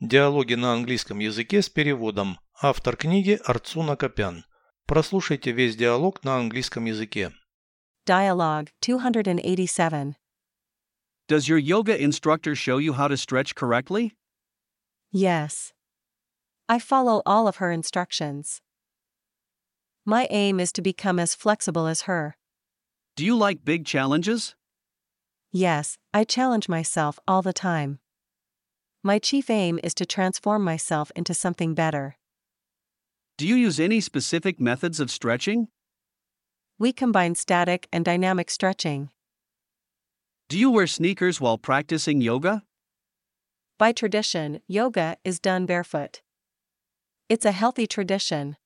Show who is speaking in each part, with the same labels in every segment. Speaker 1: Диалоги на английском языке с переводом. Автор книги Арцуна Копян. Прослушайте весь диалог на английском языке.
Speaker 2: Dialogue 287.
Speaker 3: Does your yoga instructor show you how to stretch correctly?
Speaker 2: Yes. I follow all of her instructions. My aim is to become as flexible as her.
Speaker 3: Do you like big challenges?
Speaker 2: Yes, I challenge myself all the time. My chief aim is to transform myself into something better.
Speaker 3: Do you use any specific methods of stretching?
Speaker 2: We combine static and dynamic stretching.
Speaker 3: Do you wear sneakers while practicing yoga?
Speaker 2: By tradition, yoga is done barefoot. It's a healthy tradition.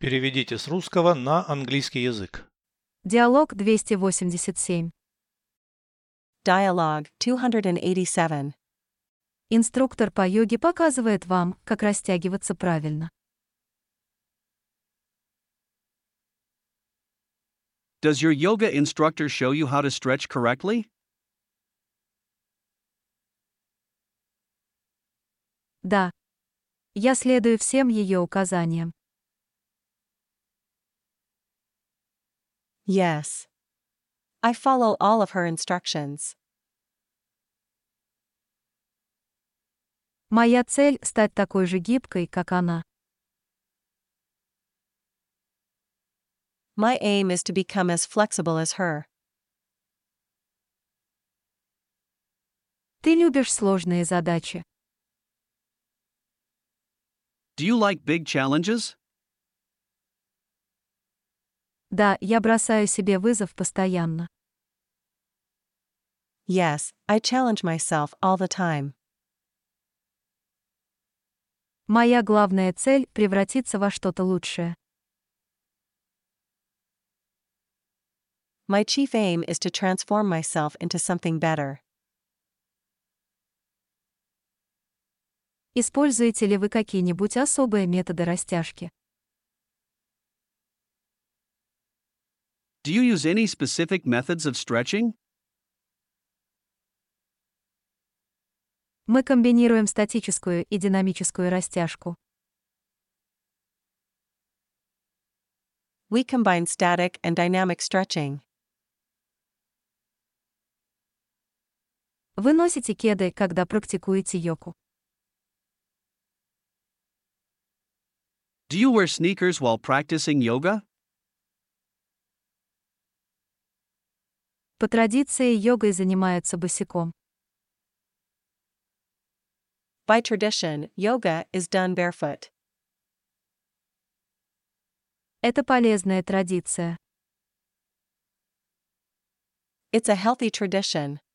Speaker 1: Переведите с русского на английский язык.
Speaker 4: Диалог 287.
Speaker 2: Dialogue 287.
Speaker 4: Инструктор по йоге показывает вам, как растягиваться правильно.
Speaker 3: Does your yoga instructor show you how to stretch correctly?
Speaker 4: Да. Я следую всем ее указаниям.
Speaker 2: Yes. I follow all of her instructions.
Speaker 4: Моя цель — стать такой же гибкой, как она.
Speaker 2: My aim is to become as flexible as her.
Speaker 4: Ты любишь сложные задачи.
Speaker 3: Do you like big challenges?
Speaker 4: Да, я бросаю себе вызов постоянно.
Speaker 2: Yes, I challenge myself all the time.
Speaker 4: Моя главная цель — превратиться во что-то лучшее.
Speaker 2: My chief aim is to transform myself into something better.
Speaker 4: Используете ли вы какие-нибудь особые методы растяжки?
Speaker 3: Do you use any specific methods of stretching?
Speaker 4: Мы комбинируем статическую и динамическую растяжку.
Speaker 2: We combine static and dynamic stretching.
Speaker 4: Вы носите кеды, когда практикуете йогу.
Speaker 3: Do you wear sneakers while practicing yoga?
Speaker 4: По традиции йогой занимаются босиком.
Speaker 2: By tradition, yoga is done barefoot.
Speaker 4: Это полезная традиция.
Speaker 2: It's a healthy tradition.